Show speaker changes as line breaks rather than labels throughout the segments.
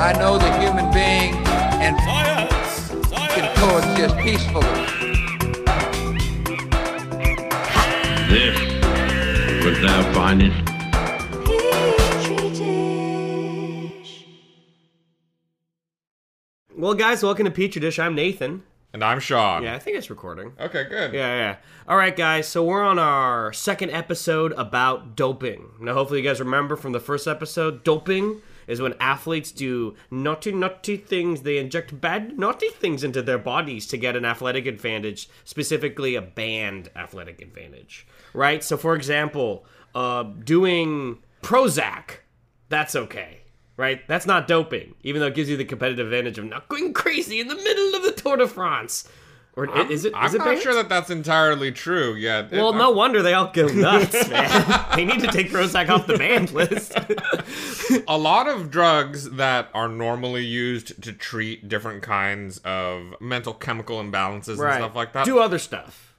I know the human being and
Science!
can
Science!
coexist peacefully.
This was our finest
Well, guys, welcome to Petri Dish. I'm Nathan.
And I'm Sean.
Yeah, I think it's recording.
Okay, good.
Yeah, yeah. All right, guys. So we're on our second episode about doping. Now, hopefully, you guys remember from the first episode, doping is when athletes do naughty, naughty things. They inject bad, naughty things into their bodies to get an athletic advantage, specifically a banned athletic advantage. Right. So, for example, uh, doing Prozac, that's okay. Right? That's not doping, even though it gives you the competitive advantage of not going crazy in the middle of the Tour de France. Or i- is it?
I'm
is it
not
banned?
sure that that's entirely true yet.
Well,
It- uh,
no wonder they all go nuts, man. they need to take Prozac off the banned list.
A lot of drugs that are normally used to treat different kinds of mental chemical imbalances and stuff like that,
Do other stuff.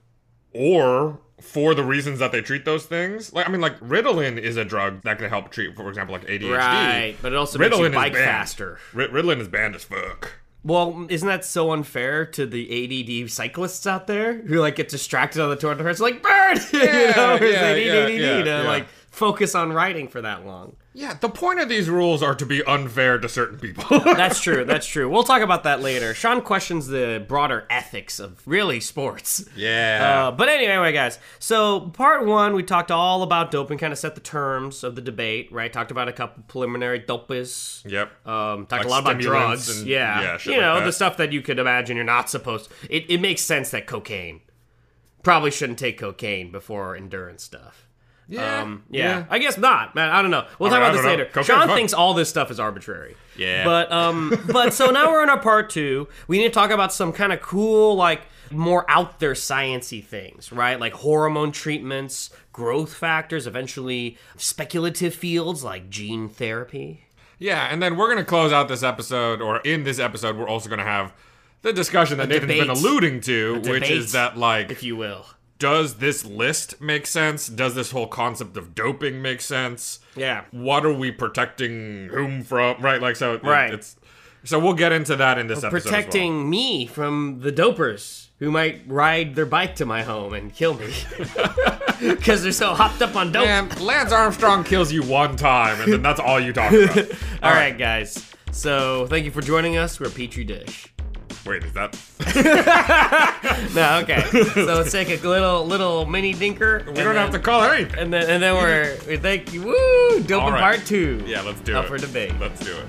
or for the reasons that they treat those things. Like, I mean, like Ritalin is a drug that can help treat, for example, like ADHD.
But it also
Ritalin
makes you
is
bike
banned.
faster.
Ri- Ritalin is banned as fuck.
Well, isn't that so unfair to the ADD cyclists out there who like get distracted on the Tour de France, like bird, you
Yeah,
know, 'cause
yeah,
they need
yeah,
ADD
yeah,
to
yeah.
like focus on riding for that long.
Yeah, the point of these rules are to be unfair to certain people.
That's true. That's true. We'll talk about that later. Sean questions the broader ethics of really sports.
yeah.
Uh, but anyway, guys. So part one, we talked all about doping, kind of set the terms of the debate, right? Talked about a couple preliminary dopes.
yep.
Um, talked
Like
a lot about
stimulants
drugs.
and-
yeah.
yeah, shit
you
like
know,
that.
the stuff that you could imagine you're not supposed it, it makes sense that cocaine. Probably shouldn't take cocaine before endurance stuff.
yeah.
Um, yeah. I guess not, man. I don't know. We'll
I
talk about
mean, I
this
don't know.
later.
Cocaine's
Sean
fun.
thinks all this stuff is arbitrary.
Yeah.
But um, but so now we're in our part two. We need to talk about some kind of cool, like more out there sciency things, right? Like hormone treatments, growth factors, eventually speculative fields like gene therapy.
Yeah, and then we're going to close out this episode, or in this episode, we're also going to have the discussion that Nathan's been
debate.
alluding to,
A
which
debate,
is that,
if
like,
you will.
does this list make sense? Does this whole concept of doping make sense?
Yeah.
What are we protecting whom from? Right, like, so it-
Right.
it's. So we'll get into that in this episode. as well.
Protecting me from the dopers who might ride their bike to my home and kill me because they're so hopped up on dope.
Man, Lance Armstrong kills you one time, and then that's all you talk about.
All right, guys. So thank you for joining us. We're Petri Dish.
Wait, is that.
No, okay. so let's take a little little mini dinker.
We don't have to call it anything.
And then and then we're we thank you. Woo! Doping
All right.
part two.
Yeah, let's do
Up
it.
for debate.
Let's do it.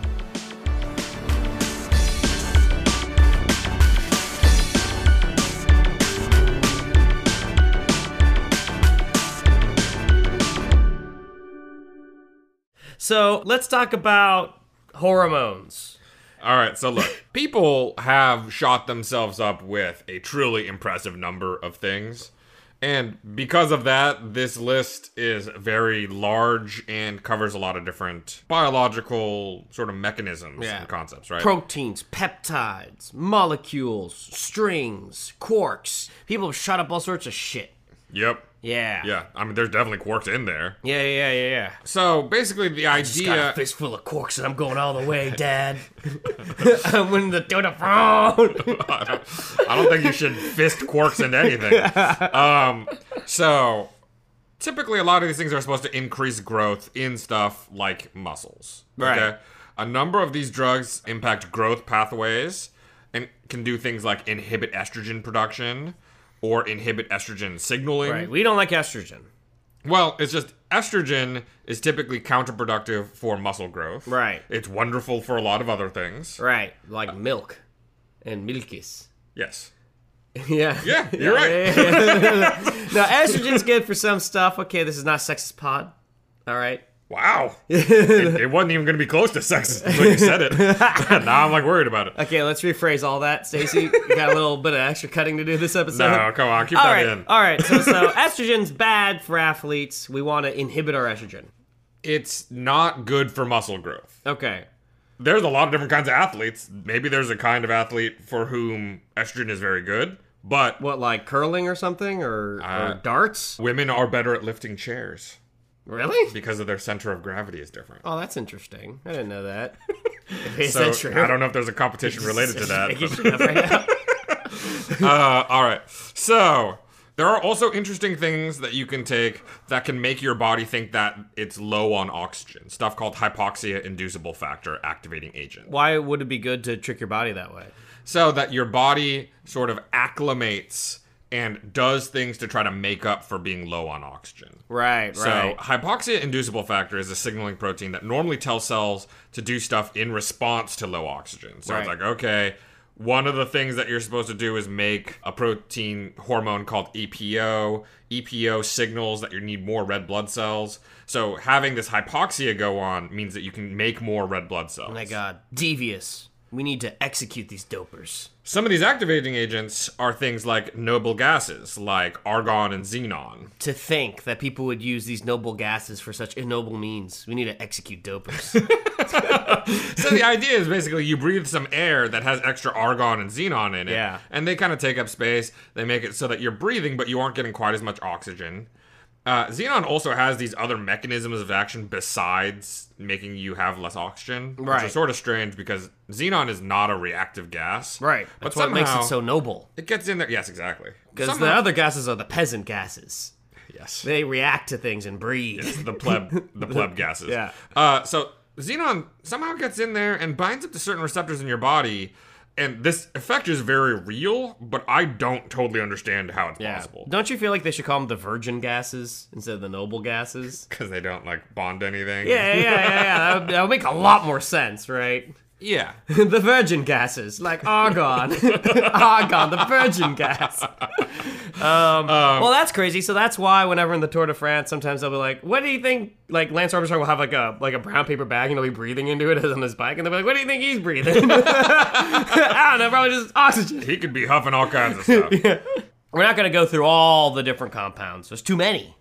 So let's talk about hormones.
All right, so look, people have shot themselves up with a truly impressive number of things. And because of that, this list is very large and covers a lot of different biological sort of mechanisms
Yeah.
and concepts, right?
Proteins, peptides, molecules, strings, quarks. People have shot up all sorts of shit.
yep.
Yeah.
Yeah, I mean, there's definitely quarks in there.
Yeah, yeah, yeah, yeah.
So basically, the uh,
Just got
idea.
a fistful of quarks and I'm going all the way, Dad. I'm winning the Tour de France.
I don't, I don't think you should fist quarks into anything. Um, so typically, a lot of these things are supposed to increase growth in stuff like muscles.
Right.
A number of these drugs impact growth pathways and can do things like inhibit estrogen production or inhibit estrogen signaling.
Right. We don't like estrogen.
Well, it's just estrogen is typically counterproductive for muscle growth.
Right.
It's wonderful for a lot of other things.
Right. Like milk and milkies.
Yes.
yeah.
Yeah, you're right.
Now, estrogen's good for some stuff. Okay, this is not sexist pod. All right.
Wow. it, it wasn't even going to be close to sexist until you said it. now I'm like worried about it.
Okay, let's rephrase all that. Stacey, you got a little bit of extra cutting to do this episode.
No, come on, keep
All
that
right,
in.
all right. So, so estrogen's bad for athletes. We want to inhibit our estrogen.
It's not good for muscle growth.
Okay.
There's a lot of different kinds of athletes. Maybe there's a kind of athlete for whom estrogen is very good, but
What, like curling or something, or,
Uh,
or darts?
women are better at lifting chairs
Really?
because of their center of gravity is different.
Oh, that's interesting. I didn't know that. Is
So
that true?
I don't know if there's a competition related to that.
Making
but-
shit up right now.
Uh, all right. So there are also interesting things that you can take that can make your body think that it's low on oxygen. Stuff called hypoxia inducible factor activating agent.
Why would it be good to trick your body that way?
So that your body sort of acclimates and does things to try to make up for being low on oxygen.
Right, right. Oh
So, hypoxia inducible factor is a signaling protein that normally tells cells to do stuff in response to low oxygen. So,
Right.
it's like, okay, one of the things that you're supposed to do is make a protein hormone called E EPO. EPO E signals that you need more red blood cells. So, having this hypoxia go on means that you can make more red blood cells.
oh my god. Devious. We need to execute these dopers.
Some of these activating agents are things like noble gases, like argon and xenon.
To think that people would use these noble gases for such ignoble means. We need to execute dopers.
So the idea is basically you breathe some air that has extra argon and xenon in it.
Yeah.
And they kind of take up space. They make it so that you're breathing, but you aren't getting quite as much oxygen. Uh, xenon also has these other mechanisms of action besides making you have less oxygen, which
Right.
is sort of strange because xenon is not a reactive gas.
right.
But
That's what makes it
somehow
so noble.
It gets in there. Yes, exactly.
Because the
Somehow-
other gases are the peasant gases.
yes.
They react to things and breathe.
the pleb the pleb gases.
Yeah.
Uh, so xenon somehow gets in there and binds up to certain receptors in your body, and this effect is very real, but I don't totally understand how it's
Yeah.
possible
Don't you feel like they should call them the virgin gases instead of the noble gases?
because they don't like bond anything.
Yeah, yeah, yeah, yeah. yeah. That, would, that would make a lot more sense, right?
Yeah.
the virgin gases, like argon, argon, the virgin gas. Um, well, that's crazy. So that's why whenever in the Tour de France, sometimes they'll be like, "What do you think?" Like Lance Armstrong will have like a like a brown paper bag and he'll be breathing into it on his bike, and they'll be like, "What do you think he's breathing?" I don't know, probably just oxygen.
He could be huffing all kinds of stuff. yeah.
We're not gonna go through all the different compounds. There's too many.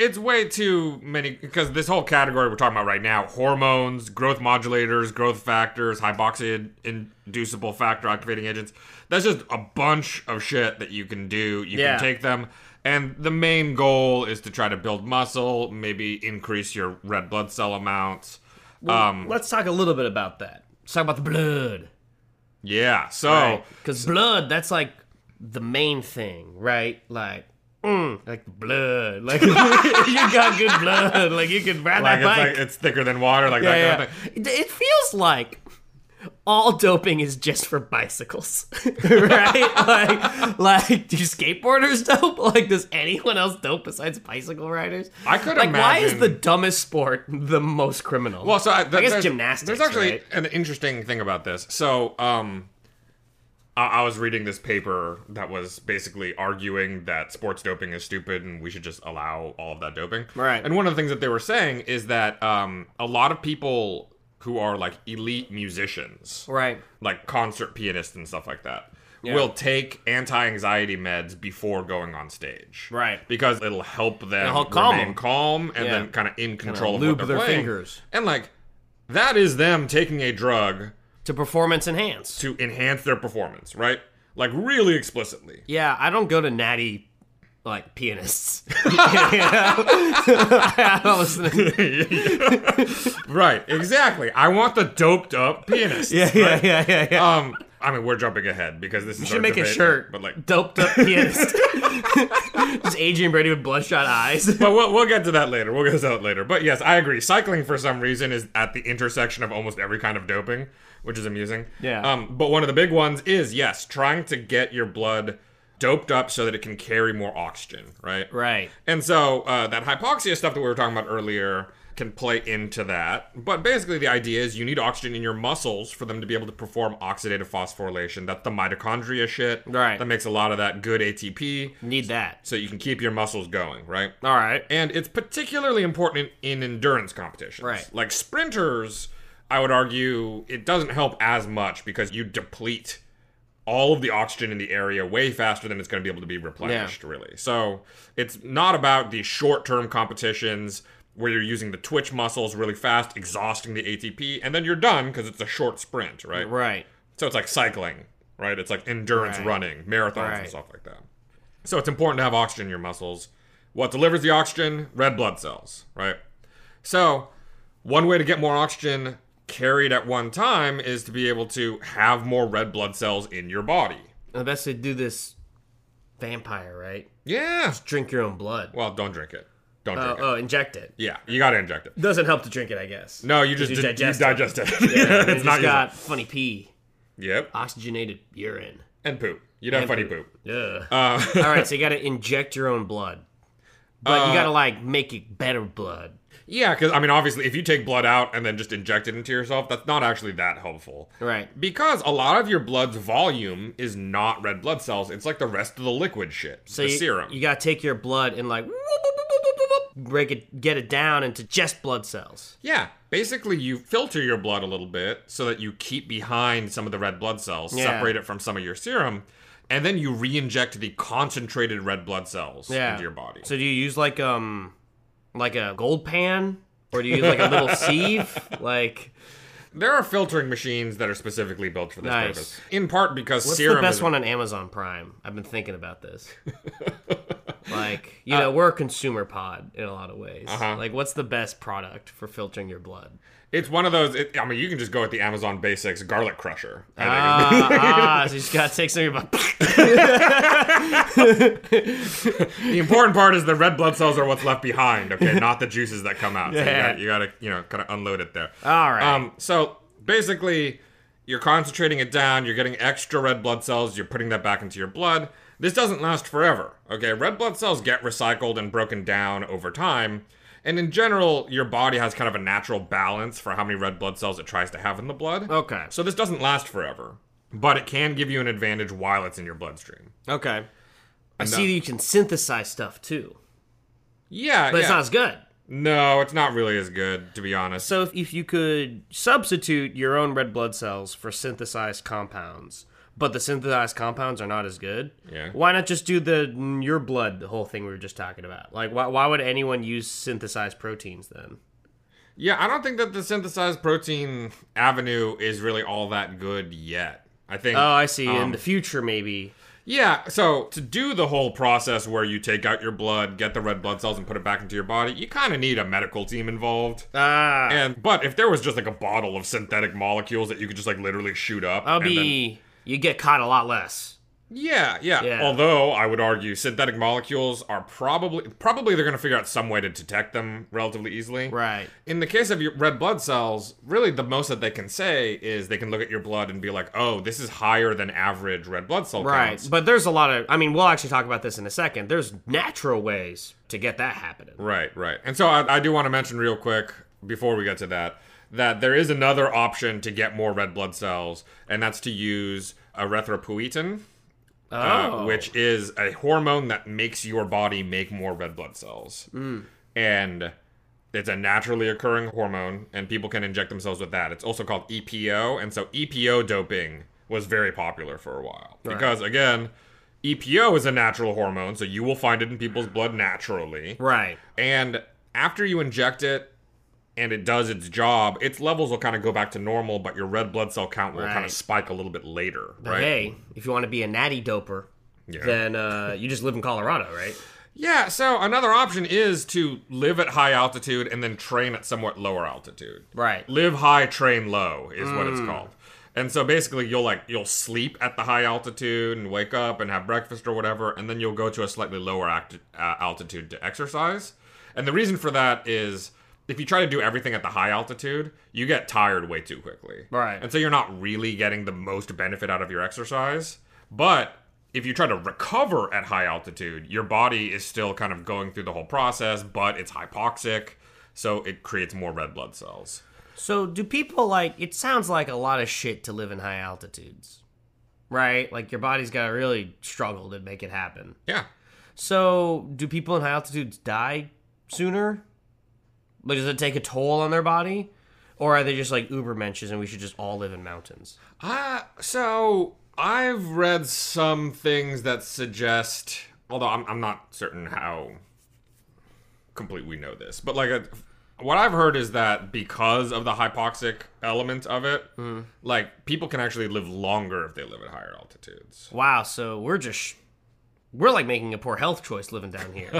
It's way too many because this whole category we're talking about right now hormones, growth modulators, growth factors, hypoxia inducible factor activating agents that's just a bunch of shit that you can do. You
Yeah.
can take them. And the main goal is to try to build muscle, maybe increase your red blood cell amounts. um,
Let's talk a little bit about that. Let's talk about the blood.
yeah. So,
Because blood, that's like the main thing, right? Like, mm, like blood. Like, you got good blood. Like, you can ride that
like, it's,
bike.
like it's thicker than water, like that
yeah,
kind
yeah.
of thing.
It, it feels like all doping is just for bicycles, right? like, like, do skateboarders dope? Like, does anyone else dope besides bicycle riders?
I could
like, why is
imagine-
the dumbest sport the most criminal?
Well, so I,
I
th-
guess
there's,
gymnastics.
There's actually
right?
an interesting thing about this. So, um, I, I was reading this paper that was basically arguing that sports doping is stupid and we should just allow all of that doping.
Right.
And one of the things that they were saying is that um, a lot of people who are like elite musicians,
right.
like concert pianists and stuff like that. Will take anti-anxiety meds before going on stage,
Right.
Because it'll help them
It'll help calm
calm remain
them.
calm and
Yeah.
then kind of in control of
lube
what they're
their
playing.
fingers.
and like that is them taking a drug
To performance enhance.
to enhance their performance, right? Like really explicitly.
Yeah, I don't go to natty like pianists. I don't listen to-
Right, exactly. I want the doped up pianist.
yeah, yeah, yeah, yeah, yeah.
Um, I mean, we're jumping ahead because this is
you should
our
make a
debate,
shirt,
but like,
doped up pianist. Just Adrian Brady with bloodshot eyes.
but we'll, we'll get to that later. We'll get to that later. But yes, I agree. Cycling for some reason is at the intersection of almost every kind of doping, which is amusing.
Yeah.
Um, but one of the big ones is yes, trying to get your blood doped up so that it can carry more oxygen, right?
Right.
And so uh, that hypoxia stuff that we were talking about earlier can play into that. But basically, the idea is you need oxygen in your muscles for them to be able to perform oxidative phosphorylation. That's the mitochondria shit.
Right.
That makes a lot of that good ATP
Need that.
so you can keep your muscles going, right?
All right.
And it's particularly important in endurance competitions.
Right.
Like sprinters, I would argue it doesn't help as much because you deplete all of the oxygen in the area way faster than it's going to be able to be replenished, really. So it's not about the short term competitions where you're using the twitch muscles really fast, exhausting the ATP, and then you're done because it's a short sprint, right?
Right.
So it's like cycling, right? It's like endurance
Right.
running, marathons
Right.
and stuff like that. So it's important to have oxygen in your muscles. What delivers the oxygen? Red blood cells, right? So one way to get more oxygen carried at one time is to be able to have more red blood cells in your body.
The best to do this vampire, right?
Yeah. Uh,
Drink your own blood.
Well, don't drink it. Don't
Oh,
drink
oh,
it.
inject it.
Yeah, you gotta inject it.
Doesn't help to drink it, I guess.
No, you just
you
di- you digest,
digest it.
it.
It's
it's not
got funny pee,
useful. Yep.
oxygenated urine.
And poop. You don't have funny poop.
Yeah.
Uh,
All right, so you got to inject your own blood, but
Uh,
you got to like make it better blood.
Yeah, because I mean, obviously, if you take blood out and then just inject it into yourself, that's not actually that helpful.
Right.
Because a lot of your blood's volume is not red blood cells. It's like the rest of the liquid shit,
So
the
you,
serum.
You got to take your blood and like whoop, whoop, whoop, whoop, whoop, whoop, whoop, break it, get it down into just blood cells.
yeah. Basically, you filter your blood a little bit so that you keep behind some of the red blood cells,
Yeah.
separate it from some of your serum, and then you re-inject the concentrated red blood cells
Yeah.
into your body.
So do you use like um, like a gold pan, or do you use like a little sieve? Like
there are filtering machines that are specifically built for this
Nice.
purpose. In part because
what's
serum
the
is
best one on Amazon Prime? I've been thinking about this. like you
Uh,
know, we're a consumer pod in a lot of ways.
uh-huh.
Like what's the best product for filtering your blood?
It's one of those. It, I mean, you can just go with the Amazon Basics garlic crusher. I think.
Ah, ah, so you just gotta take some of your blood.
the important part is the red blood cells are what's left behind. Okay, not the juices that come out. So
Yeah.
you, gotta, you gotta, you know, kind of unload it there.
All right.
Um. So basically, you're concentrating it down. You're getting extra red blood cells. You're putting that back into your blood. This doesn't last forever. Okay, red blood cells get recycled and broken down over time. And in general, your body has kind of a natural balance for how many red blood cells it tries to have in the blood.
Okay.
So this doesn't last forever, but it can give you an advantage while it's in your bloodstream.
Okay. I see that you can synthesize stuff too,
Yeah,
but it's
yeah.
not as good.
no, it's not really as good to be honest.
So if, if you could substitute your own red blood cells for synthesized compounds, but the synthesized compounds are not as good,
Yeah.
why not just do the mm, your blood, the whole thing we were just talking about? Like, why, why would anyone use synthesized proteins then?
Yeah, I don't think that the synthesized protein avenue is really all that good yet. I think.
Oh, I see. In
um,
the future, maybe.
yeah, so to do the whole process where you take out your blood, get the red blood cells, and put it back into your body, you kind of need a medical team involved.
Ah,
and but if there was just like a bottle of synthetic molecules that you could just like literally shoot up,
I'll
and then-
be. You get caught a lot less.
Yeah, yeah,
Yeah.
Although I would argue synthetic molecules are probably probably they're going to figure out some way to detect them relatively easily.
Right.
In the case of your red blood cells, really the most that they can say is they can look at your blood and be like, "Oh, this is higher than average red blood cell
Right,
counts."
but there's a lot of. I mean, we'll actually talk about this in a second. There's natural ways to get that happening.
Right, right. And so I, I do want to mention real quick before we get to that that there is another option to get more red blood cells, and that's to use erythropoietin, uh,
Oh.
which is a hormone that makes your body make more red blood cells.
Mm.
And it's a naturally occurring hormone, and people can inject themselves with that. It's also called EPO, and so EPO doping was very popular for a while because, again, EPO is a natural hormone, so you will find it in people's blood naturally.
Right.
And after you inject it and it does its job, its levels will kind of go back to normal, but your red blood cell count will kind
Right.
of spike a little bit later,
But
right?
hey, if you want to be a natty doper,
Yeah.
then uh, you just live in Colorado, right?
Yeah, so another option is to live at high altitude and then train at somewhat lower altitude.
Right.
Live high, train low is what it's called. And so basically you'll like you'll sleep at the high altitude and wake up and have breakfast or whatever and then you'll go to a slightly lower act- uh, altitude to exercise. And the reason for that is if you try to do everything at the high altitude, you get tired way too quickly.
Right.
And so you're not really getting the most benefit out of your exercise. But if you try to recover at high altitude, your body is still kind of going through the whole process, but it's hypoxic. so it creates more red blood cells.
So, do people like it? Sounds like a lot of shit to live in high altitudes, right? Like, your body's got to really struggle to make it happen.
Yeah.
So, do people in high altitudes die sooner? Like, does it take a toll on their body? Or are they just like uber menches and we should just all live in mountains?
Uh, so I've read some things that suggest, although I'm, I'm not certain how complete we know this, but like a, what I've heard is that because of the hypoxic element of it,
Hmm.
like people can actually live longer if they live at higher altitudes.
Wow, so we're just. We're like making a poor health choice living down here.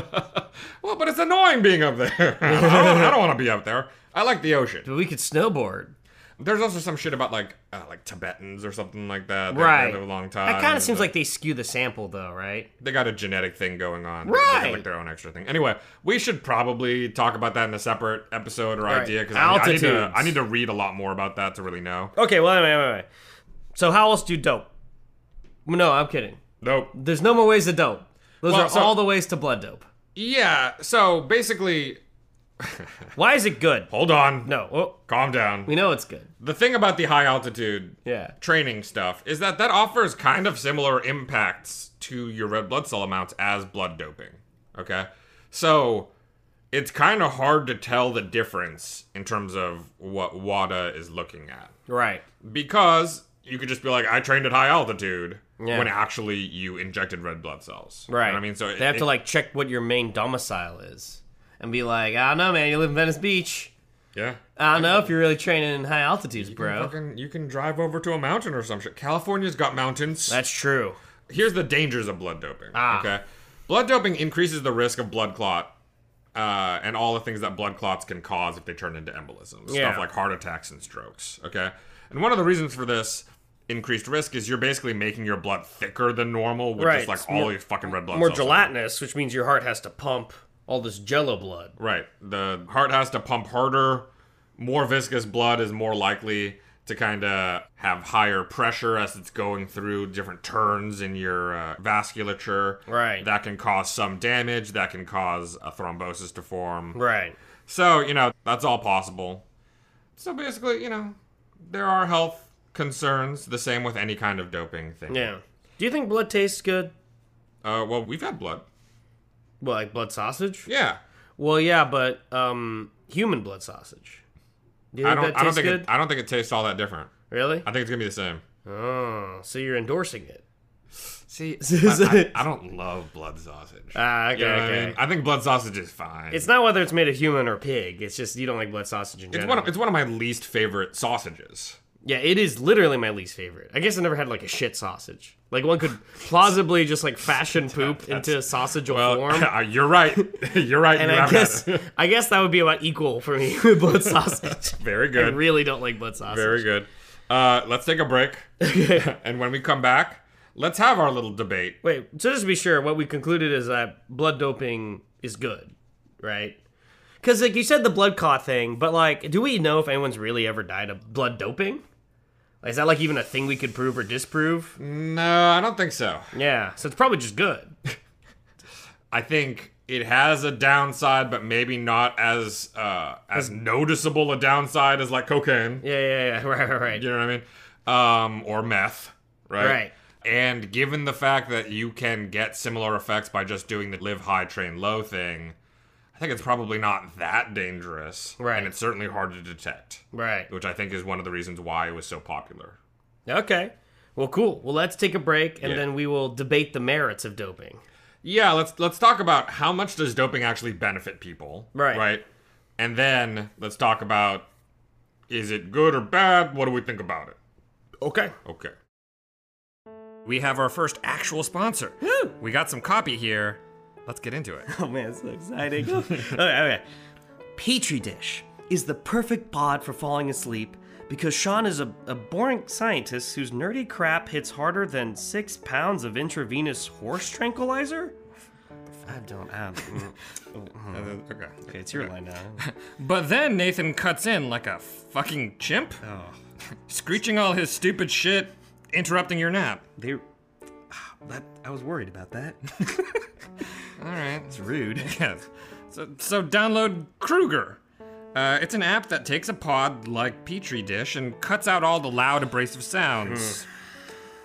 Well, but it's annoying being up there. I don't, I don't want to be up there. I like the ocean.
but we could snowboard.
There's also some shit about like uh, like Tibetans or something like that. They-
Right.
They live a long time.
That kind of seems
They-
like they skew the sample, though, right?
they got a genetic thing going on. They- They
Right.
have like their own extra thing. Anyway, we should probably talk about that in a separate episode or idea because I, need to
Altitudes.
I need to read a lot more about that to really know.
Okay, well, anyway, anyway. So, how else do you dope? No, I'm kidding.
Nope.
There's no more ways to dope. Those
Well,
are
so-
all the ways to blood dope.
Yeah. So basically,
Why is it good?
hold on.
No, oh,
Calm down.
we know it's good.
the thing about the high altitude
Yeah.
training stuff is that that offers kind of similar impacts to your red blood cell amounts as blood doping. Okay? So it's kind of hard to tell the difference in terms of what WADA is looking at
Right.
because you could just be like, I trained at high altitude
Yeah.
when actually you injected red blood cells. You know
Right.
what I mean, so it-
they have
it-
to like check what your main domicile is and be like, I don't know, man, you live in Venice Beach.
yeah.
I don't know if you're really training in high altitudes, bro.
Fucking, you can drive over to a mountain or some shit. California's got mountains.
That's true.
here's the dangers of blood doping.
Ah.
Okay, blood doping increases the risk of blood clot uh, and all the things that blood clots can cause if they turn into embolisms,
Yeah.
stuff like heart attacks and strokes. Okay, and one of the reasons for this increased risk is you're basically making your blood thicker than normal, which
Right,
is like
it's
all
more-
your fucking red blood
More
cells. are.
gelatinous, which means your heart has to pump all this jello blood.
Right. The heart has to pump harder. More viscous blood is more likely to kind of have higher pressure as it's going through different turns in your uh, vasculature.
Right.
That can cause some damage. That can cause a thrombosis to form.
Right.
So, you know, that's all possible. So basically, you know, there are health concerns, the same with any kind of doping thing.
Yeah. Do you think blood tastes good?
Uh, well, we've had blood.
Well, like blood sausage?
Yeah.
Well, yeah, but um, human blood sausage. Do you
I
think
don't,
that
I don't
tastes
think
good?
it, I don't think it tastes all that different.
really?
I think it's going to be the same.
Oh, so you're endorsing it?
See, I, I, I don't love blood sausage.
Ah, okay,
You know what
okay.
I, mean? I think blood sausage is fine.
It's not whether it's made of human or pig. It's just you don't like blood sausage in
It's
general.
one. Of, it's one of my least favorite sausages.
yeah, it is literally my least favorite. I guess I never had like a shit sausage. Like one could plausibly just like fashion poop into sausage form.
uh, you're right. You're right.
And
you
I
have had
guess
it.
I guess that would be about equal for me with blood sausage.
very
I
good.
really don't like blood sausage.
very good. Uh, let's take a break, and when we come back, let's have our little debate.
Wait, so just to be sure, what we concluded is that blood doping is good, right? Because like you said, the blood clot thing, but like, do we know if anyone's really ever died of blood doping? Like, Is that like even a thing we could prove or disprove?
No, I don't think so.
Yeah, so it's probably just good.
I think it has a downside, but maybe not as uh, as noticeable a downside as like cocaine.
Yeah, yeah, yeah. Right, right, right.
You know what I mean? Um, or meth, right?
Right.
And given the fact that you can get similar effects by just doing the live high, train low thing, I think it's probably not that dangerous.
Right.
And it's certainly hard to detect,
Right.
which I think is one of the reasons why it was so popular.
Okay. Well, cool. Well, let's take a break and
Yeah.
then we will debate the merits of doping.
Yeah, let's let's talk about how much does doping actually benefit people,
Right.
Right, and then let's talk about is it good or bad? What do we think about it?
Okay.
Okay. We have our first actual sponsor. We got some copy here. Let's get into it.
Oh man, it's so exciting. okay, okay. Petri dish is the perfect pod for falling asleep because Sean is a, a boring scientist whose nerdy crap hits harder than six pounds of intravenous horse tranquilizer. I don't. I don't
okay.
okay, it's your line now.
But then Nathan cuts in like a fucking chimp,
Oh.
screeching all his stupid shit, interrupting your nap.
They, ah, that I was worried about that.
All right.
It's rude.
Yes. So, so download Kruger, Uh, it's an app that takes a pod like Petri dish and cuts out all the loud, abrasive sounds.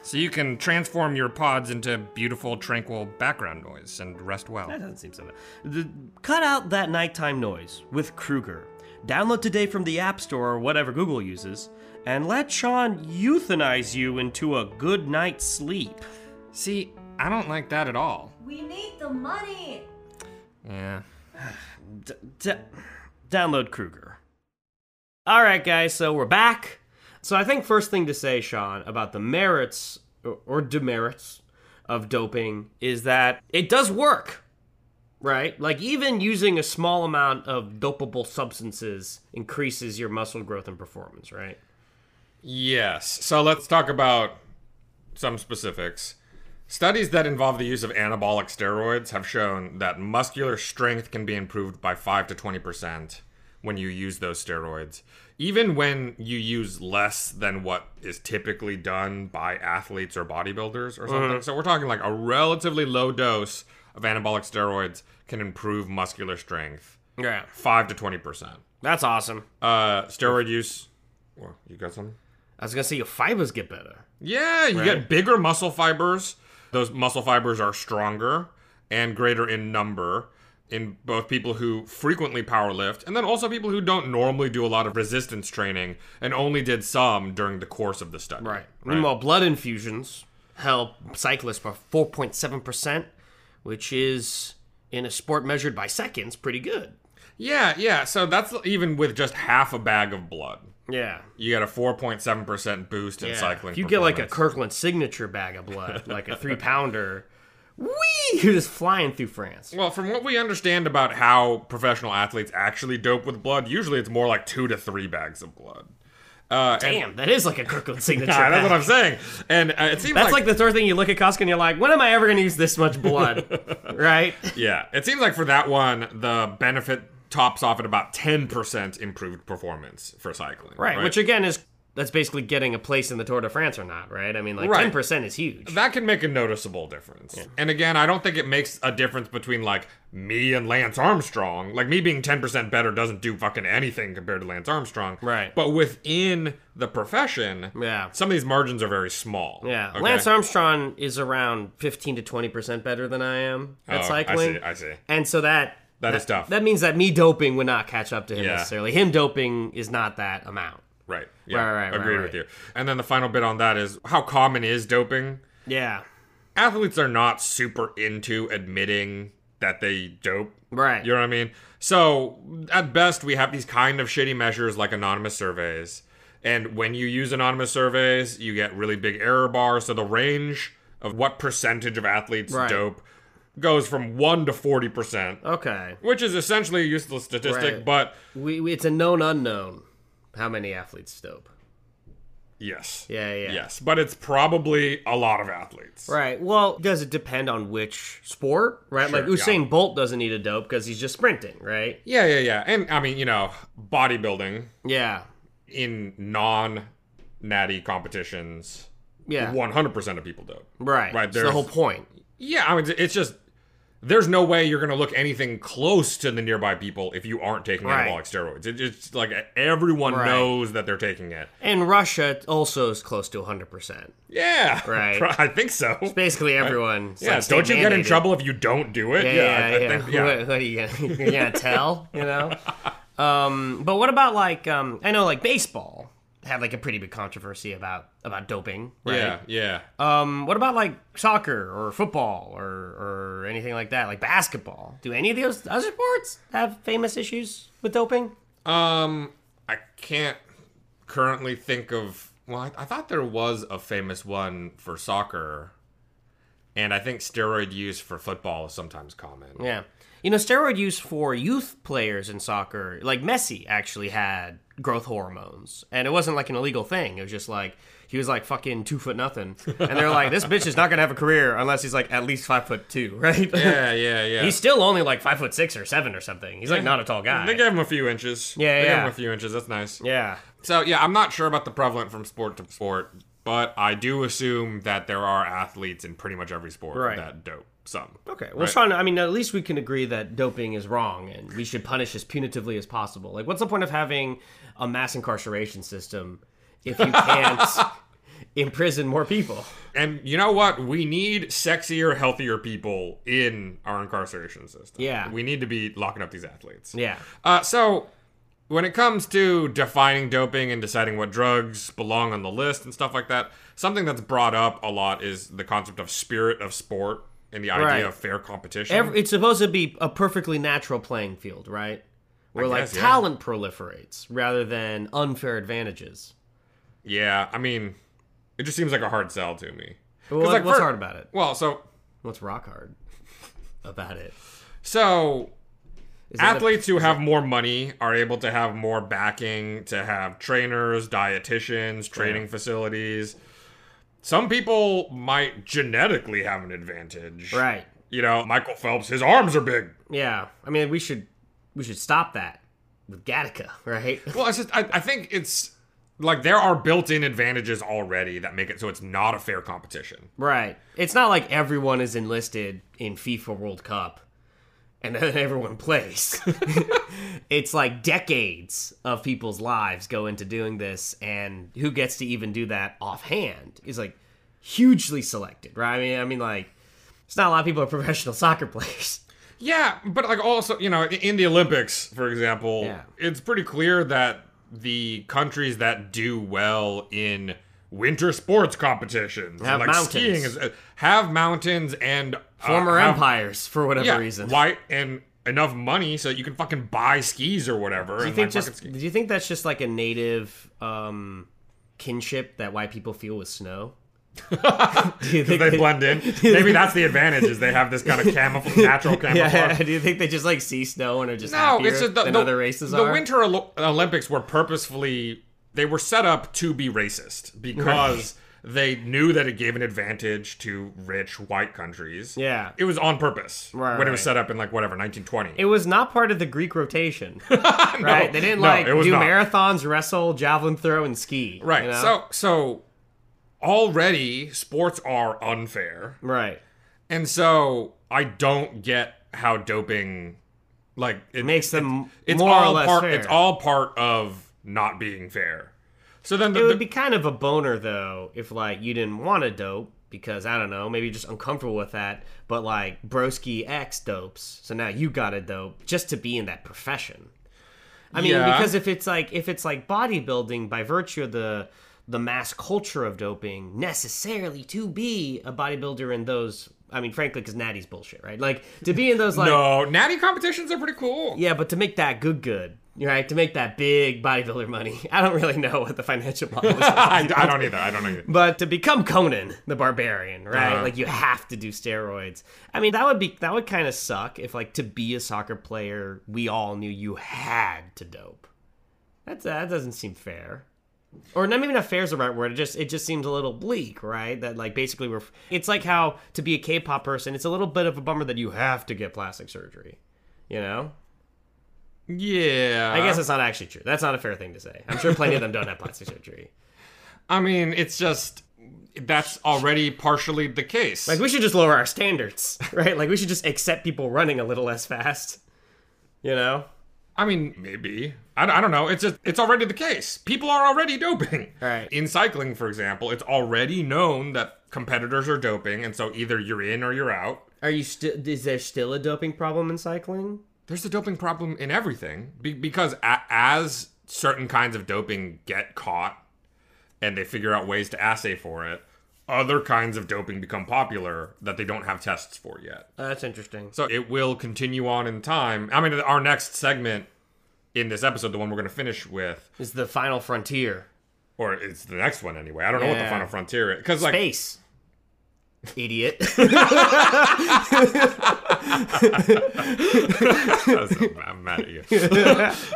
so you can transform your pods into beautiful, tranquil background noise and rest well.
That doesn't seem so bad. The, cut out that nighttime noise with Kruger. Download today from the App Store or whatever Google uses, and let Sean euthanize you into a good night's sleep.
See, I don't like that at all.
We need the money.
Yeah.
D- d- download Kruger.
All right, guys, so we're back. So I think first thing to say, Sean, about the merits or, or demerits of doping is that it does work, right? Like even using a small amount of dopable substances increases your muscle growth and performance, right?
Yes. So let's talk about some specifics. Studies that involve the use of anabolic steroids have shown that muscular strength can be improved by 5 to 20% when you use those steroids. Even when you use less than what is typically done by athletes or bodybuilders or something. So we're talking like a relatively low dose of anabolic steroids can improve muscular strength
Yeah,
5 to 20%.
that's awesome.
Uh steroid use Well, you got something?
I was gonna say your fibers get better.
Yeah, you
Right.
get bigger muscle fibers. Those muscle fibers are stronger and greater in number in both people who frequently powerlift and then also people who don't normally do a lot of resistance training and only did some during the course of the study.
Meanwhile, blood infusions help cyclists by 4.7%, which is, in a sport measured by seconds, pretty good.
Yeah, yeah. So that's even with just half a bag of blood.
Yeah.
You get a 4.7% boost in cycling.
If you get like a
performance.
Kirkland signature bag of blood, like a three pounder, wee, you're just flying through France.
Well, from what we understand about how professional athletes actually dope with blood, usually it's more like two to three bags of blood. Uh, and-
Damn, that is like a Kirkland signature.
Yeah, that's
bag.
what I'm saying. And uh, it seems
That's like
like,
the sort of thing you look at Costco and you're like, when am I ever going to use this much blood? right?
yeah, it seems like for that one, the benefit tops off at about 10% improved performance for cycling.
right? Which again is that's basically getting a place in the Tour de France or not, right? I mean, like
Right.
ten percent is huge.
that can make a noticeable difference. And again, I don't think it makes a difference between like me and Lance Armstrong. Like me being 10% better doesn't do fucking anything compared to Lance Armstrong.
Right.
But within the profession,
Yeah.
some of these margins are very small.
yeah,
Okay?
Lance Armstrong is around fifteen to twenty percent better than I am
Oh,
at
I
cycling.
see, I see.
And so that
That is tough.
That means that me doping would not catch up to him
Yeah.
necessarily. Him doping is not that amount.
Right. Yeah.
Right, right,
Agree
right,
with
right.
you. And then the final bit on that is how common is doping?
Yeah,
athletes are not super into admitting that they dope.
Right.
You know what I mean? So, at best, we have these kind of shitty measures like anonymous surveys. And when you use anonymous surveys, you get really big error bars. So, the range of what percentage of athletes
Right.
dope goes from 1 to 40%,
okay.
which is essentially a useless statistic,
Right.
but
We, we it's a known unknown how many athletes dope.
yes.
Yeah, yeah.
Yes. But it's probably a lot of athletes.
Right. Well, does it depend on which sport? Right. like
Sure,
Usain
yeah.
Bolt doesn't need a dope because he's just sprinting, right?
Yeah, yeah, yeah. And I mean, you know, bodybuilding,
Yeah.
in non natty competitions,
Yeah.
one hundred percent of people dope.
Right.
Right,
That's the
there's-
whole point.
Yeah, I mean, it's just there's no way you're gonna look anything close to the nearby people if you aren't taking
Right.
anabolic steroids. It, it's like everyone
Right.
knows that they're taking it.
And Russia also is close to 100%.
Yeah,
Right.
I think so.
Basically, everyone.
Yeah, don't you get in trouble if you don't do it?
Yeah, yeah,
I,
yeah.
I think yeah.
What, what are you gonna, you're gonna tell? You know. Um, but what about like um, I know like baseball had like a pretty big controversy about about doping. Right?
Yeah, yeah.
Um, what about like soccer or football or or anything like that? Like basketball. Do any of those other sports have famous issues with doping?
Um, I can't currently think of. Well, I, I thought there was a famous one for soccer, and I think steroid use for football is sometimes common.
Yeah. You know, steroid use for youth players in soccer, like Messi actually had growth hormones. And it wasn't like an illegal thing. It was just like, he was like fucking two foot nothing. And they're like, this bitch is not going to have a career unless he's like at least five foot two, right?
Yeah, yeah, yeah.
he's still only like five foot six or seven or something. He's like not a tall guy.
they gave him a few inches.
Yeah,
they
yeah.
Gave him a few inches. That's nice.
yeah.
So yeah, I'm not sure about the prevalent from sport to sport But I do assume that there are athletes in pretty much every sport
Right.
that dope some.
Okay. Well,
Right.
Sean, I mean, at least we can agree that doping is wrong and we should punish as punitively as possible. Like, what's the point of having a mass incarceration system if you can't imprison more people?
And you know what? We need sexier, healthier people in our incarceration system.
Yeah.
We need to be locking up these athletes.
Yeah.
Uh, so, when it comes to defining doping and deciding what drugs belong on the list and stuff like that, something that's brought up a lot is the concept of spirit of sport and the idea
Right.
of fair competition.
Every, it's supposed to be a perfectly natural playing field, right? Where, like,
guess, yeah.
talent proliferates rather than unfair advantages.
yeah, I mean, it just seems like a hard sell to me. 'Cause,
What- what's
fir-
hard about it?
Well, so
What's rock hard about it?
so
Is that a-
athletes who have more money are able to have more backing to have trainers dietitians training facilities some people might genetically have an advantage
right.
you know michael phelps his arms are big
Yeah. I mean, we should we should stop that with Gattaca, right?
well it's just i, I think it's like there are built-in advantages already that make it so it's not a fair competition
Right. It's not like everyone is enlisted in FIFA World Cup and then everyone plays. it's like decades of people's lives go into doing this and who gets to even do that offhand is like hugely selected, right? I mean I mean like it's not a lot of people are professional soccer players.
Yeah, but like also, you know, i- in the Olympics, for example,
Yeah.
it's pretty clear that the countries that do well in winter sports competitions,
Have
like
mountains.
skiing, is, uh, have mountains and uh,
Former
have-
empires for whatever
yeah,
reason.
white and enough money so that you can fucking buy skis or whatever.
Do you
and,
think
like,
just
fucking
do
ski.
you think that's just like a native um, kinship that white people feel with snow? do you think
they blend in? Maybe that's the advantage is they have this kind of camouflage, natural camouflage.
Yeah, do you think they just like see snow and are just happier
just
than other races
the
are?
Winter Ol- Olympics were purposefully they were set up to be racist because they knew that it gave an advantage to rich white countries.
Yeah.
it was on purpose
Right,
when it was
right.
set up in like whatever 1920.
It was not part of the Greek rotation, right? they didn't
no,
like
it was
do
not.
marathons, wrestle, javelin throw, and ski.
right.
you know?
So so already sports are unfair,
right,
and so I don't get how doping like it
makes them
it's
more
all
or less
part
fair.
it's all part of not being fair. So then the,
It
the-
would be kind of a boner though if like you didn't want to dope because I don't know, maybe you're just uncomfortable with that. But like Broski X dopes, so now you got to dope just to be in that profession. I mean,
Yeah.
because if it's like if it's like bodybuilding by virtue of the the mass culture of doping necessarily to be a bodybuilder in those. I mean, frankly, because Natty's bullshit, right? Like to be in those like
no, natty competitions are pretty cool.
yeah, but to make that good good. Right to make that big bodybuilder money, I don't really know what the financial model is.
I, I don't either. I don't either.
But to become Conan the Barbarian, right?
Uh-huh.
Like you have to do steroids. I mean, that would be that would kind of suck if like to be a soccer player, we all knew you had to dope. That's that doesn't seem fair. Or not even not fair is the right word. It just it just seems a little bleak, right? That like basically we're it's like how to be a K-pop person, it's a little bit of a bummer that you have to get plastic surgery. You know?
Yeah.
I guess it's not actually true. That's not a fair thing to say. I'm sure plenty of them don't have plastic surgery.
I mean, it's just that's already partially the case.
Like we should just lower our standards, right? Like we should just accept people running a little less fast. You know?
I mean, maybe. I, don't- I don't know. It's just it's already the case. People are already doping.
Right.
In cycling, for example, it's already known that competitors are doping, and so either you're in or you're out.
Are you still is there still a doping problem in cycling?
There's a doping problem in everything be- because a- as certain kinds of doping get caught and they figure out ways to assay for it, other kinds of doping become popular that they don't have tests for yet.
Uh, that's interesting.
So it will continue on in time. I mean, our next segment in this episode, the one we're going to finish with,
Is the final frontier
or it's the next one anyway. I don't know what the
Yeah.
final frontier is. Because, like,
space? Idiot.
I'm mad at you.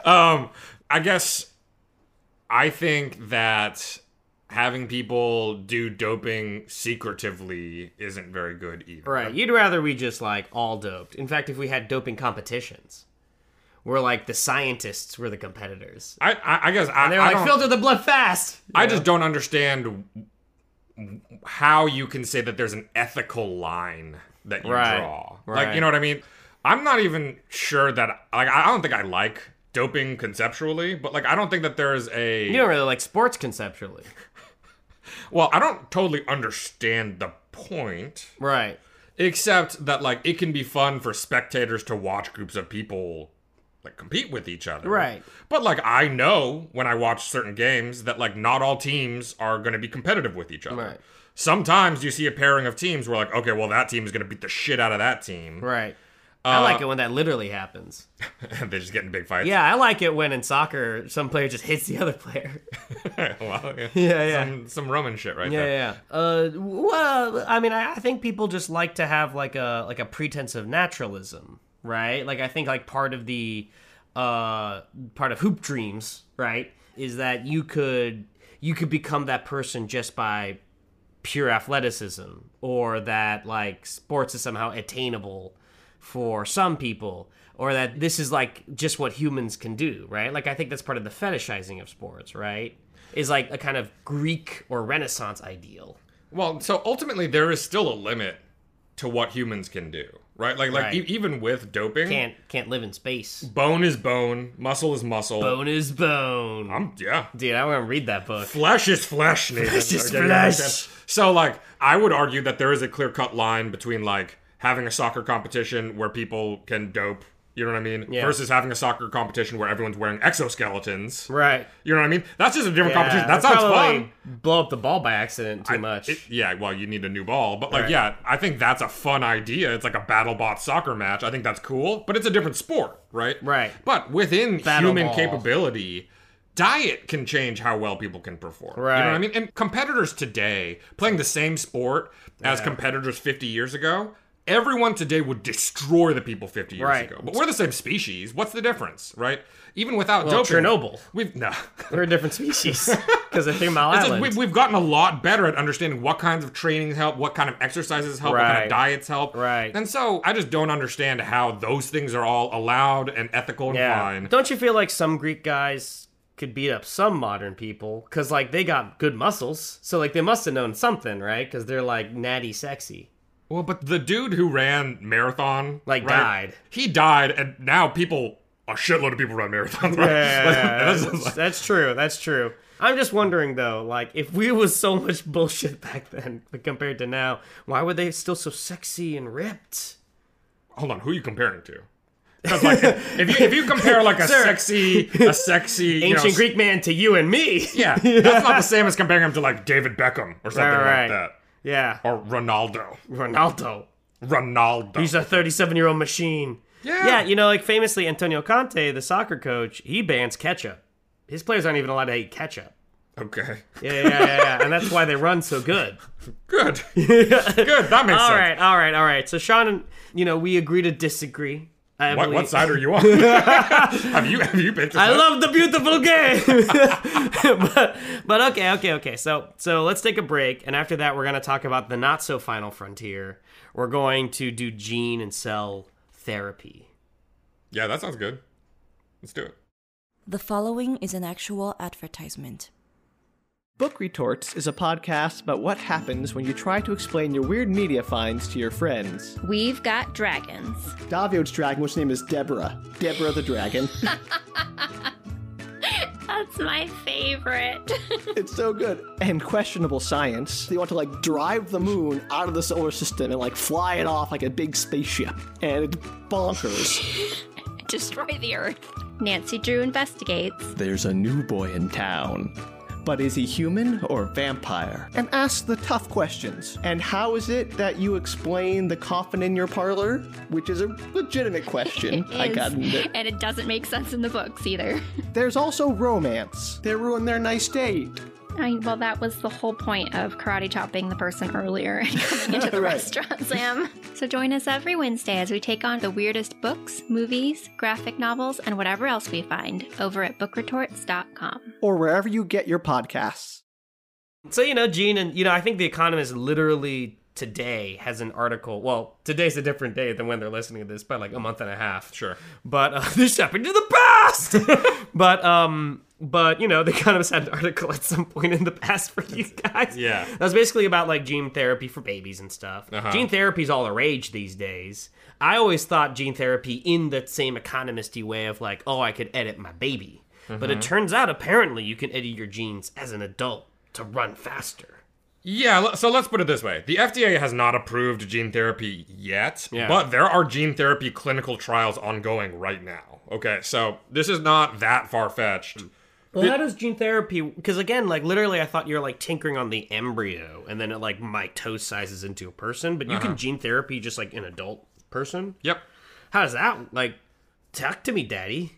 um, I guess I think that having people do doping secretively isn't very good either.
right. You'd rather we just like all doped. In fact, if we had doping competitions, we're like the scientists were the competitors.
I, I, I guess I,
And they were
I
like
don't-
filter the blood fast.
I just don't understand how you can say that there's an ethical line that you
Right.
draw. Like,
Right.
you know what I mean? I'm not even sure that like I don't think I like doping conceptually, but like I don't think that there's a
You don't really like sports conceptually.
well, I don't totally understand the point.
Right.
Except that like it can be fun for spectators to watch groups of people like compete with each other.
Right.
But like I know when I watch certain games that like not all teams are going to be competitive with each other.
Right.
Sometimes you see a pairing of teams where like okay, well that team is going to beat the shit out of that team.
Right. I like it when that literally happens.
they just get in big fights.
Yeah, I like it when in soccer some player just hits the other player.
wow, yeah.
yeah.
Some, some Roman shit right
Yeah,
there.
yeah. yeah. Uh, well, I mean, I, I think people just like to have like a like a pretense of naturalism, right? Like I think like part of the uh, part of hoop dreams, right, is that you could you could become that person just by pure athleticism, or that like sports is somehow attainable for some people. Or that this is like just what humans can do, right? Like I think that's part of the fetishizing of sports, right? is like a kind of Greek or Renaissance ideal.
Well, so ultimately there is still a limit to what humans can do, right? Like like
Right.
E- even with doping,
Can't can't live in space.
bone is bone, muscle is muscle.
Bone is bone.
I'm yeah.
Dude, I want to read that book.
Flesh is flesh, Nathan.
Flesh is
Okay, you understand?
flesh.
So like I would argue that there is a clear cut line between like having a soccer competition where people can dope, you know what I mean?
Yeah.
Versus having a soccer competition where everyone's wearing exoskeletons.
Right.
You know what I mean? That's just a
Yeah,
different competition. That sounds
probably
fun.
Blow up the ball by accident too
I-
much.
it- yeah, well, you need a new ball, but like,
Right.
yeah, I think that's a fun idea. It's like a BattleBot soccer match. I think that's cool, but it's a different sport, right?
Right.
But within
Battle
human
ball.
capability, diet can change how well people can perform. You know what I
Right.
mean? And competitors today playing the same sport as competitors 50 years ago. Everyone today would destroy the people 50 years
Right.
ago. But we're the same species. What's the difference, right? Even without
Well,
doping.
Chernobyl.
We've no.
We're a different species because I think Mile
It's just
Island.
we've, we've gotten a lot better at understanding what kinds of trainings help, what kind of exercises help, what kind
Right.
of diets help.
Right.
And so I just don't understand how those things are all allowed and ethical and
yeah.
fine.
Don't you feel like some Greek guys could beat up some modern people because like they got good muscles, so like they must have known something, right? Because they're like natty sexy.
Well, but the dude who ran marathon,
Like,
right,
died.
He died, and now people, a shitload of people run marathons. Right? Like, that's just like-
that's true. That's true. I'm just wondering though, like if we was so much bullshit back then compared to now, why were they still so sexy and ripped?
hold on, who are you comparing to? 'Cause, like, if you if you compare like a
Sir.
sexy a sexy you know,
Ancient Greek man to you and me.
yeah, that's not the same as comparing him to like David Beckham or something
right.
like that
Yeah.
or Ronaldo.
Ronaldo.
Ronaldo.
He's a 37 year old machine.
Yeah.
Yeah. You know, like famously, Antonio Conte, the soccer coach, he bans ketchup. His players aren't even allowed to eat ketchup.
okay.
Yeah, yeah, yeah, yeah. and that's why they run so good.
Good. Good. That makes
All
sense.
right, all right, all right. So Sean and you know we agree to disagree. I
What,
believe-
what side are you on? have you have you been? To
I
that?
love the beautiful game. but, but okay, okay, okay. So so let's take a break, and after that, we're gonna talk about the not so final frontier. We're going to do gene and cell therapy.
Yeah, that sounds good. Let's do it.
The following is an actual advertisement.
Book Retorts is a podcast about what happens when you try to explain your weird media finds to your friends.
We've got dragons.
Davio's dragon, which name is Deborah. Deborah the dragon.
That's my favorite.
it's so good. And questionable science. They want to like drive the moon out of the solar system and like fly it off like a big spaceship. And it's bonkers.
Destroy the earth. Nancy Drew investigates.
There's a new boy in town. But is he human or vampire? And ask the tough questions. And how is it that you explain the coffin in your parlor? Which is a legitimate question. I
is,
got into it.
And it doesn't make sense in the books either.
There's also romance. They ruin their nice date.
I mean, well, that was the whole point of karate chopping the person earlier and coming into the
Right.
restaurant, Sam. So join us every Wednesday as we take on the weirdest books, movies, graphic novels, and whatever else we find over at bookretorts.com.
Or wherever you get your podcasts.
So you know, Gene, and you know, I think the Economist literally today has an article. Well, today's a different day than when they're listening to this, by like a month and a half.
Sure.
But uh, this happened to the past. but um, But you know, they kind of had an article at some point in the past for you guys.
Yeah.
that was basically about like gene therapy for babies and stuff.
Uh-huh.
Gene therapy's all the rage these days. I always thought gene therapy in that same economisty way of like, oh, I could edit my baby. But it
Mhm.
turns out apparently you can edit your genes as an adult to run faster.
Yeah, le- so let's put it this way. The FDA has not approved gene therapy yet,
Yeah.
but there are gene therapy clinical trials ongoing right now. Okay, so this is not that far fetched.
Hmm. Well, how does gene therapy? Because again, like literally, I thought you're like tinkering on the embryo, and then it like mitosizes into a person. But you
Uh-huh.
can gene therapy just like an adult person.
Yep.
How does that like talk to me, daddy?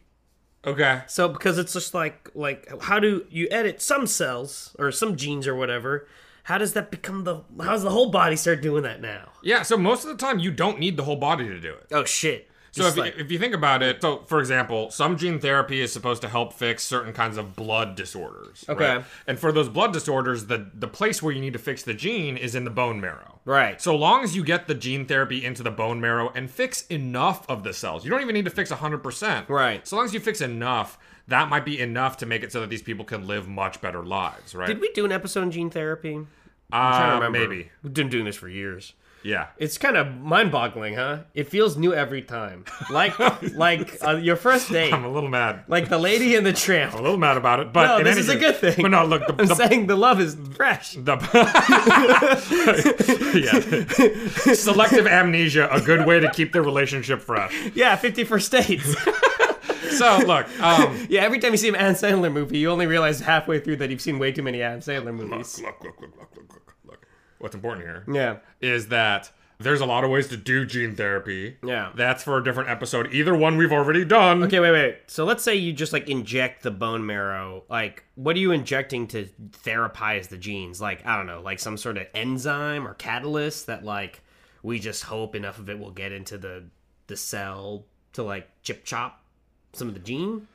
Okay.
So because it's just like like how do you edit some cells or some genes or whatever? How does that become the? How does the whole body start doing that now?
Yeah, so most of the time you don't need the whole body to do it.
Oh shit.
So
Just
if, you-
like-
if you think about it, so for example, some gene therapy is supposed to help fix certain kinds of blood disorders.
Okay.
right? And for those blood disorders, the the place where you need to fix the gene is in the bone marrow.
Right.
So long as you get the gene therapy into the bone marrow and fix enough of the cells, you don't even need to fix 100%. Right. So long as you fix enough, that might be enough to make it so that these people can live much better lives, right?
Did we do an episode on gene therapy? I'm
Uh, maybe.
We've been doing this for years.
Yeah.
It's kind of mind-boggling, huh? It feels new every time. Like like uh, your first date. I'm
a little mad.
Like the lady and the tramp. I'm
a little mad about it, but
no,
in
this
any
is a good
case-
thing.
But no, look, the,
I'm
the-
saying the love is fresh.
yeah. Selective amnesia, a good way to keep the relationship fresh.
Yeah, 51st dates.
so look, um,
yeah. Every time you see an Adam Sandler movie, you only realize halfway through that you've seen way too many Adam Sandler movies.
Look, look, look, look, look, look, look. What's important here
Yeah.
is that there's a lot of ways to do gene therapy.
Yeah.
That's for a different episode. Either one we've already done.
Okay, wait, wait. So let's say you just like inject the bone marrow. Like, what are you injecting to therapize the genes? Like, I don't know, like some sort of enzyme or catalyst that like we just hope enough of it will get into the the cell to like chip chop some of the gene.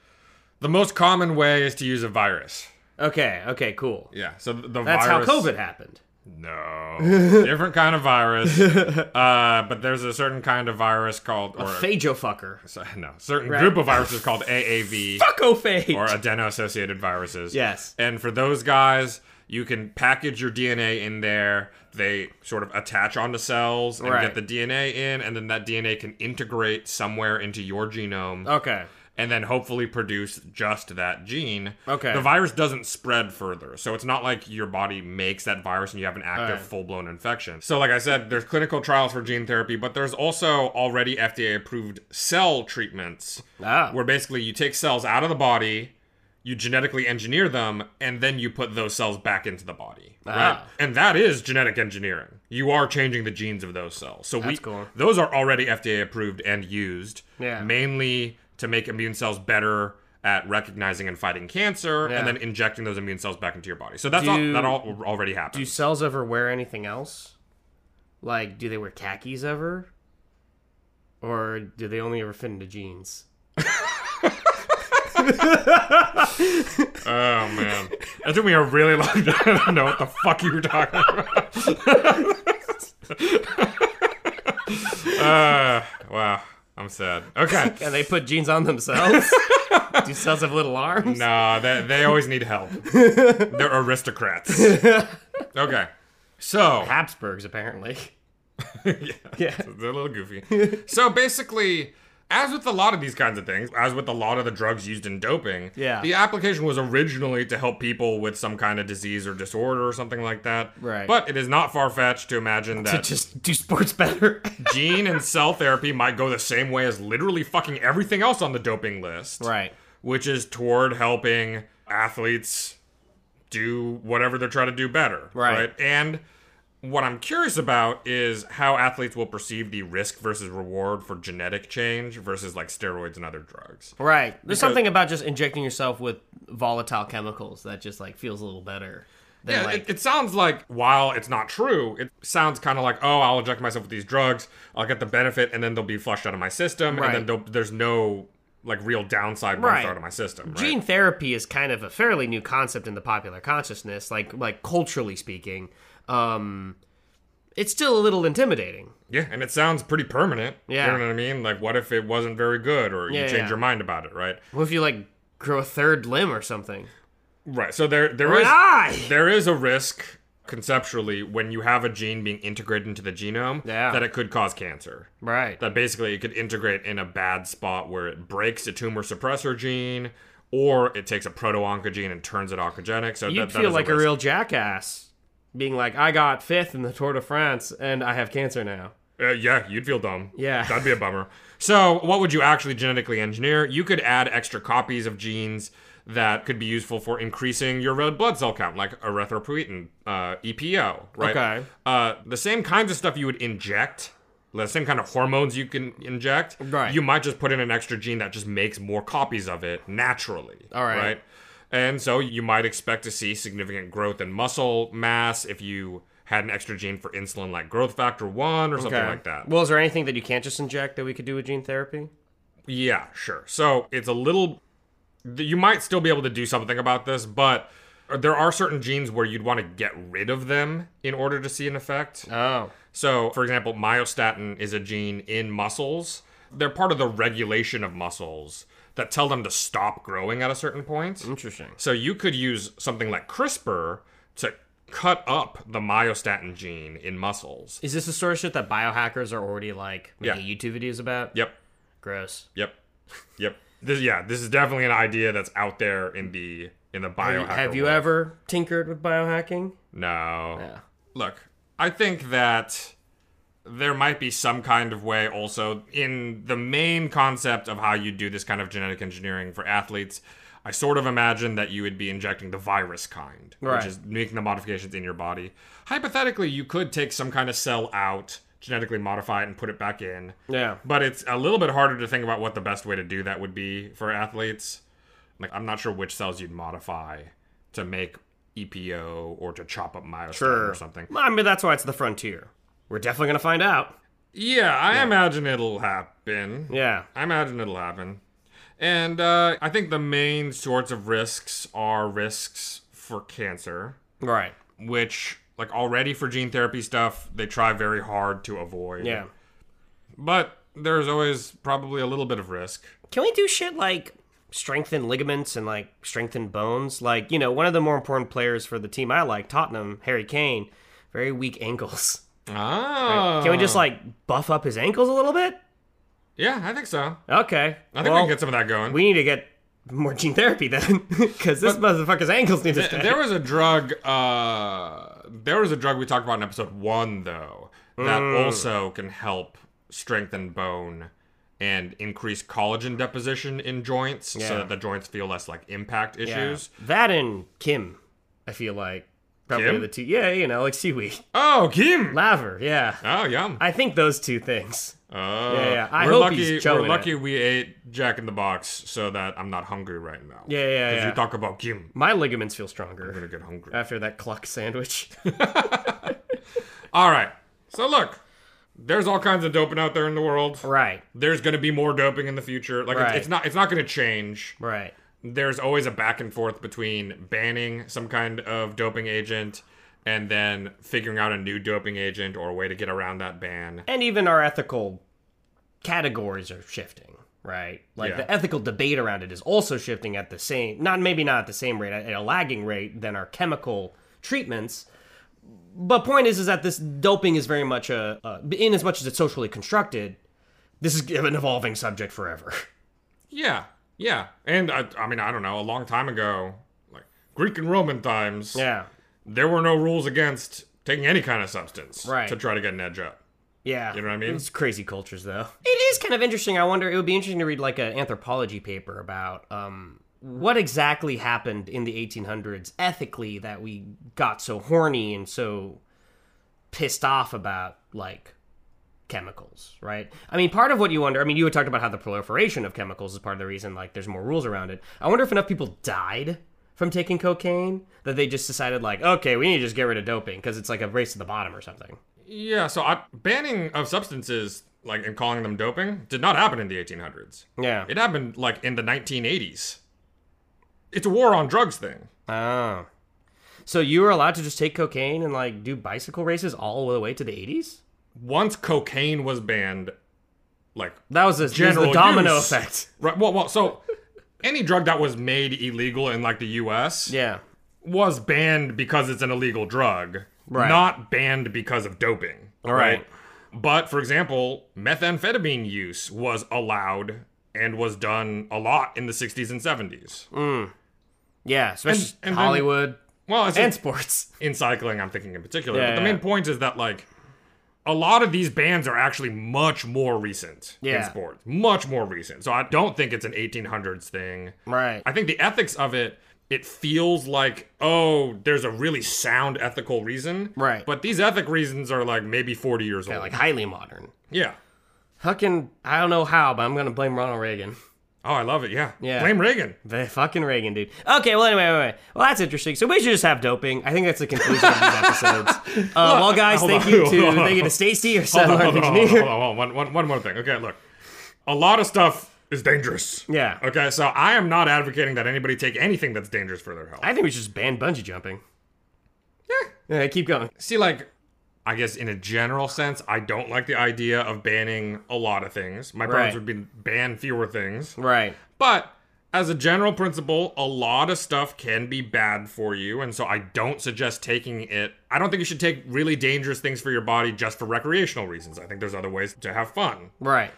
The most common way is to use a virus.
Okay, okay, cool.
Yeah. So the
That's
virus.
how COVID happened.
No. different kind of virus. Uh, but there's a certain kind of virus called
A phagofucker.
So, no, certain
Right.
group of viruses called AAV.
Fuckophage!
Or adeno-associated viruses.
Yes.
And for those guys, you can package your DNA in there. They sort of attach onto cells and
Right.
get the DNA in, and then that DNA can integrate somewhere into your genome.
Okay.
And then hopefully produce just that gene.
Okay.
The virus doesn't spread further. So it's not like your body makes that virus and you have an active
Alright.
full blown infection. So, like I said, there's clinical trials for gene therapy, but there's also already FDA approved cell treatments
Ah.
where basically you take cells out of the body, you genetically engineer them, and then you put those cells back into the body. Right?
Ah.
And that is genetic engineering. You are changing the genes of those cells. So we
That's cool.
those are already FDA approved and used
Yeah.
mainly to make immune cells better at recognizing and fighting cancer
Yeah.
and then injecting those immune cells back into your body. So that's all
Do-
that all already happened.
Do cells ever wear anything else? Like, do they wear khakis ever? Or do they only ever fit into jeans?
oh man. That took me a really long time. I don't know what the fuck you were talking about. uh, wow. I'm sad. Okay.
And they put jeans on themselves? do cells have little arms?
No, they, they always need help. They're aristocrats. Okay. So
Habsburgs apparently.
yeah. They're a little goofy. so basically, as with a lot of these kinds of things, as with a lot of the drugs used in doping,
Yeah.
the application was originally to help people with some kind of disease or disorder or something like that.
Right.
But it is not far fetched to imagine
To
that
just do sports better.
gene and cell therapy might go the same way as literally fucking everything else on the doping list.
Right.
Which is toward helping athletes do whatever they're trying to do better.
Right.
And what I'm curious about is how athletes will perceive the risk versus reward for genetic change versus like steroids and other drugs.
Right. There's
Because-
something about just injecting yourself with volatile chemicals that just like feels a little better. Than,
Yeah,
like,
it, it sounds like while it's not true, it sounds kind of like, oh, I'll inject myself with these drugs, I'll get the benefit, and then they'll be flushed out of my system,
Right.
and then they'll- there's no like real downside once
Right.
they're out of my system. Right?
Gene therapy is kind of a fairly new concept in the popular consciousness, like like culturally speaking. Um, it's still a little intimidating.
Yeah, and it sounds pretty permanent.
Yeah.
you know what I mean. Like, what if it wasn't very good, or
Yeah,
you change
yeah.
your mind about it, right?
What if you like grow a third limb or something.
Right. So there there
Or an
is
eye!
there is a risk conceptually when you have a gene being integrated into the genome that it could cause cancer.
Right.
That basically it could integrate in a bad spot where it breaks a tumor suppressor gene or it takes a proto-oncogene and turns it oncogenic. So
You'd
that, that
feel
is
like
a,
a
risk.
real jackass, being like, "I got fifth in the Tour de France and I have cancer now."
Uh, yeah, you'd feel dumb.
Yeah.
That'd be a bummer. So, what would you actually genetically engineer? You could add extra copies of genes that could be useful for increasing your red blood cell count, like erythropoietin, uh, EPO, right?
Okay.
Uh, the same kinds of stuff you would inject, the same kind of hormones you can inject.
Right.
You might just put in an extra gene that just makes more copies of it naturally.
All right.
Right. And so you might expect to see significant growth in muscle mass if you had an extra gene for insulin like growth factor 1 or something
Okay.
like that.
Well, is there anything that you can't just inject that we could do with gene therapy?
Yeah, sure. So it's a little. th- You might still be able to do something about this, but there are certain genes where you'd want to get rid of them in order to see an effect.
Oh.
So, for example, myostatin is a gene in muscles. They're part of the regulation of muscles that tell them to stop growing at a certain point.
Interesting.
So you could use something like CRISPR to cut up the myostatin gene in muscles.
Is this the sort of shit that biohackers are already like making YouTube videos about?
Yep.
Gross.
Yep. Yep. This, yeah, this is definitely an idea that's out there in the in the
Have you-
biohacker.
have you
world.
ever tinkered with biohacking?
No. Look, I think that there might be some kind of way also in the main concept of how you do this kind of genetic engineering for athletes. I sort of imagine that you would be injecting the virus kind,
Right.
which is making the modifications in your body. Hypothetically, you could take some kind of cell out, genetically modify it, and put it back in.
Yeah.
But it's a little bit harder to think about what the best way to do that would be for athletes. Like, I'm not sure which cells you'd modify to make EPO or to chop up myostatin or something.
I mean, that's why it's the frontier. We're definitely gonna find out.
Yeah, I imagine it'll happen.
Yeah.
I imagine it'll happen. And uh, I think the main sorts of risks are risks for cancer,
Right.
which, like, already for gene therapy stuff, they try very hard to avoid.
Yeah.
But there's always probably a little bit of risk.
Can we do shit like strengthen ligaments and like strengthen bones? Like, you know, one of the more important players for the team I like, Tottenham, Harry Kane, very weak ankles.
Ah.
Can we just like buff up his ankles a little bit?
Yeah, I think so.
Okay.
I think we
Well,
can get some of that going.
We need to get more gene therapy then, because this motherfucker's ankles need to
Th-
stay.
there was a drug uh there was a drug we talked about in episode one though that
Mm.
also can help strengthen bone and increase collagen deposition in joints
Yeah.
so that the joints feel less like impact
Yeah.
issues
That and Kim, I feel like probably
Kim?
the two. Yeah, you know, like seaweed.
Oh, Kim
Laver. Yeah.
Oh, yum.
I think those two things.
Oh,
yeah, yeah. I
we're
hope
lucky.
he's
we're
chowing
lucky
it.
we ate Jack in the Box, so that I'm not hungry right now.
Yeah, yeah,
'Cause
yeah.
You talk about Kim.
My ligaments feel stronger. I'm
gonna get hungry
after that cluck sandwich.
All right. So look, there's all kinds of doping out there in the world.
Right.
There's going to be more doping in the future. Like
Right.
it's, it's not it's not going to change.
Right.
There's always a back and forth between banning some kind of doping agent and then figuring out a new doping agent or a way to get around that ban.
and even our ethical categories are shifting right like
Yeah.
the ethical debate around it is also shifting at the same not maybe not at the same rate at a lagging rate than our chemical treatments but point is is that this doping is very much a uh, in as much as it's socially constructed this is an evolving subject forever
Yeah. Yeah. And I, I mean, I don't know, a long time ago, like Greek and Roman times,
yeah
there were no rules against taking any kind of substance
Right.
to try to get an edge up.
yeah
You know what I mean?
it's crazy cultures though It is kind of interesting. I wonder. It would be interesting to read like an anthropology paper about um, what exactly happened in the 1800s ethically that we got so horny and so pissed off about like chemicals, right? I mean, part of what you wonder. I mean, you had talked about how the proliferation of chemicals is part of the reason like there's more rules around it. I wonder if enough people died from taking cocaine that they just decided like, okay, we need to just get rid of doping because it's like a race to the bottom or something.
Yeah, so I, banning of substances like and calling them doping did not happen in the 1800s.
Yeah.
It happened like in the 1980s. It's a war on drugs thing.
Oh. So you were allowed to just take cocaine and like do bicycle races all the way to the 80s?
Once cocaine was banned, like
that was a, this is the
general
domino
use-
effect.
Right. Well, well, so any drug that was made illegal in like the U.S.
Yeah,
was banned because it's an illegal drug,
Right.
not banned because of doping.
All right.
But for example, methamphetamine use was allowed and was done a lot in the 60s and 70s.
Mm. Yeah, especially
and then-
Hollywood.
Well, it's
And
sports. In cycling, I'm thinking in particular.
Yeah,
but the
yeah.
main point is that like a lot of these bans are actually much more recent in
Yeah.
sports, much more recent. So I don't think it's an 1800s thing.
Right.
I think the ethics of it. It feels like, oh, there's a really sound ethical reason.
Right.
But these ethic reasons are like maybe 40 years
Yeah,
old.
like highly modern.
Yeah.
Fucking, I don't know how, but I'm gonna blame Ronald Reagan.
Oh, I love it. Yeah.
Yeah.
Blame Reagan.
The fucking Reagan, dude. Okay, well, anyway, anyway. Well, that's interesting. So we should just have doping. I think that's the conclusion of these episodes. Uh, well, guys,
Hold
thank
on,
you
hold
to
on, hold
thank you
on.
to Stacy, our
Hold
sound
on, hold on, hold on,
engineer.
hold on, hold on, one- one- one more thing. Okay, look. A lot of stuff is dangerous.
Yeah.
Okay, so I am not advocating that anybody take anything that's dangerous for their health.
I think we should just ban bungee jumping. Yeah. keep going.
See, like, I guess in a general sense, I don't like the idea of banning a lot of things. My
Right.
preference would be ban fewer things.
Right.
But as a general principle, a lot of stuff can be bad for you, and so I don't suggest taking it. I don't think you should take really dangerous things for your body just for recreational reasons. I think there's other ways to have fun.
Right.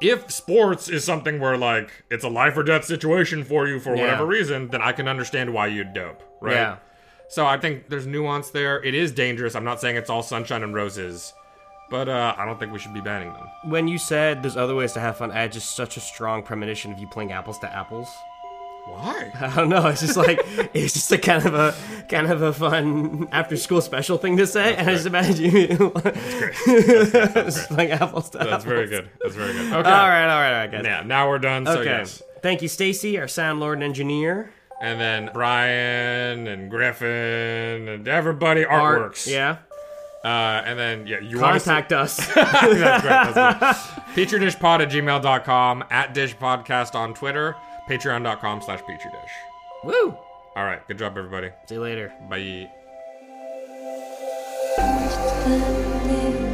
If sports is something where like it's a life or death situation for you for
Yeah.
whatever reason, then I can understand why you'd dope, right?
Yeah.
So I think there's nuance there. It is dangerous. I'm not saying it's all sunshine and roses, but uh, I don't think we should be banning them.
When you said there's other ways to have fun, I had just such a strong premonition of you playing apples to apples.
Why?
I don't know. It's just like it's just a kind of a kind of a fun after school special thing to say, and I just imagine you just playing apples to
That's
apples.
very good. That's very good. Okay.
All right, all right, all right, guys.
Yeah. Now we're done. So
okay.
yes.
Thank you, Stacy, our sound lord and engineer.
And then Brian and Griffin and everybody
Art,
artworks.
yeah.
Uh, and then yeah, you wanna
Contact us.
see- that's great. That's great. PetriDishPod at gmail.com, at Dish Podcast on Twitter, patreon.com slash PetriDish.
Woo!
All right. Good job, everybody.
See you later.
Bye.
Believe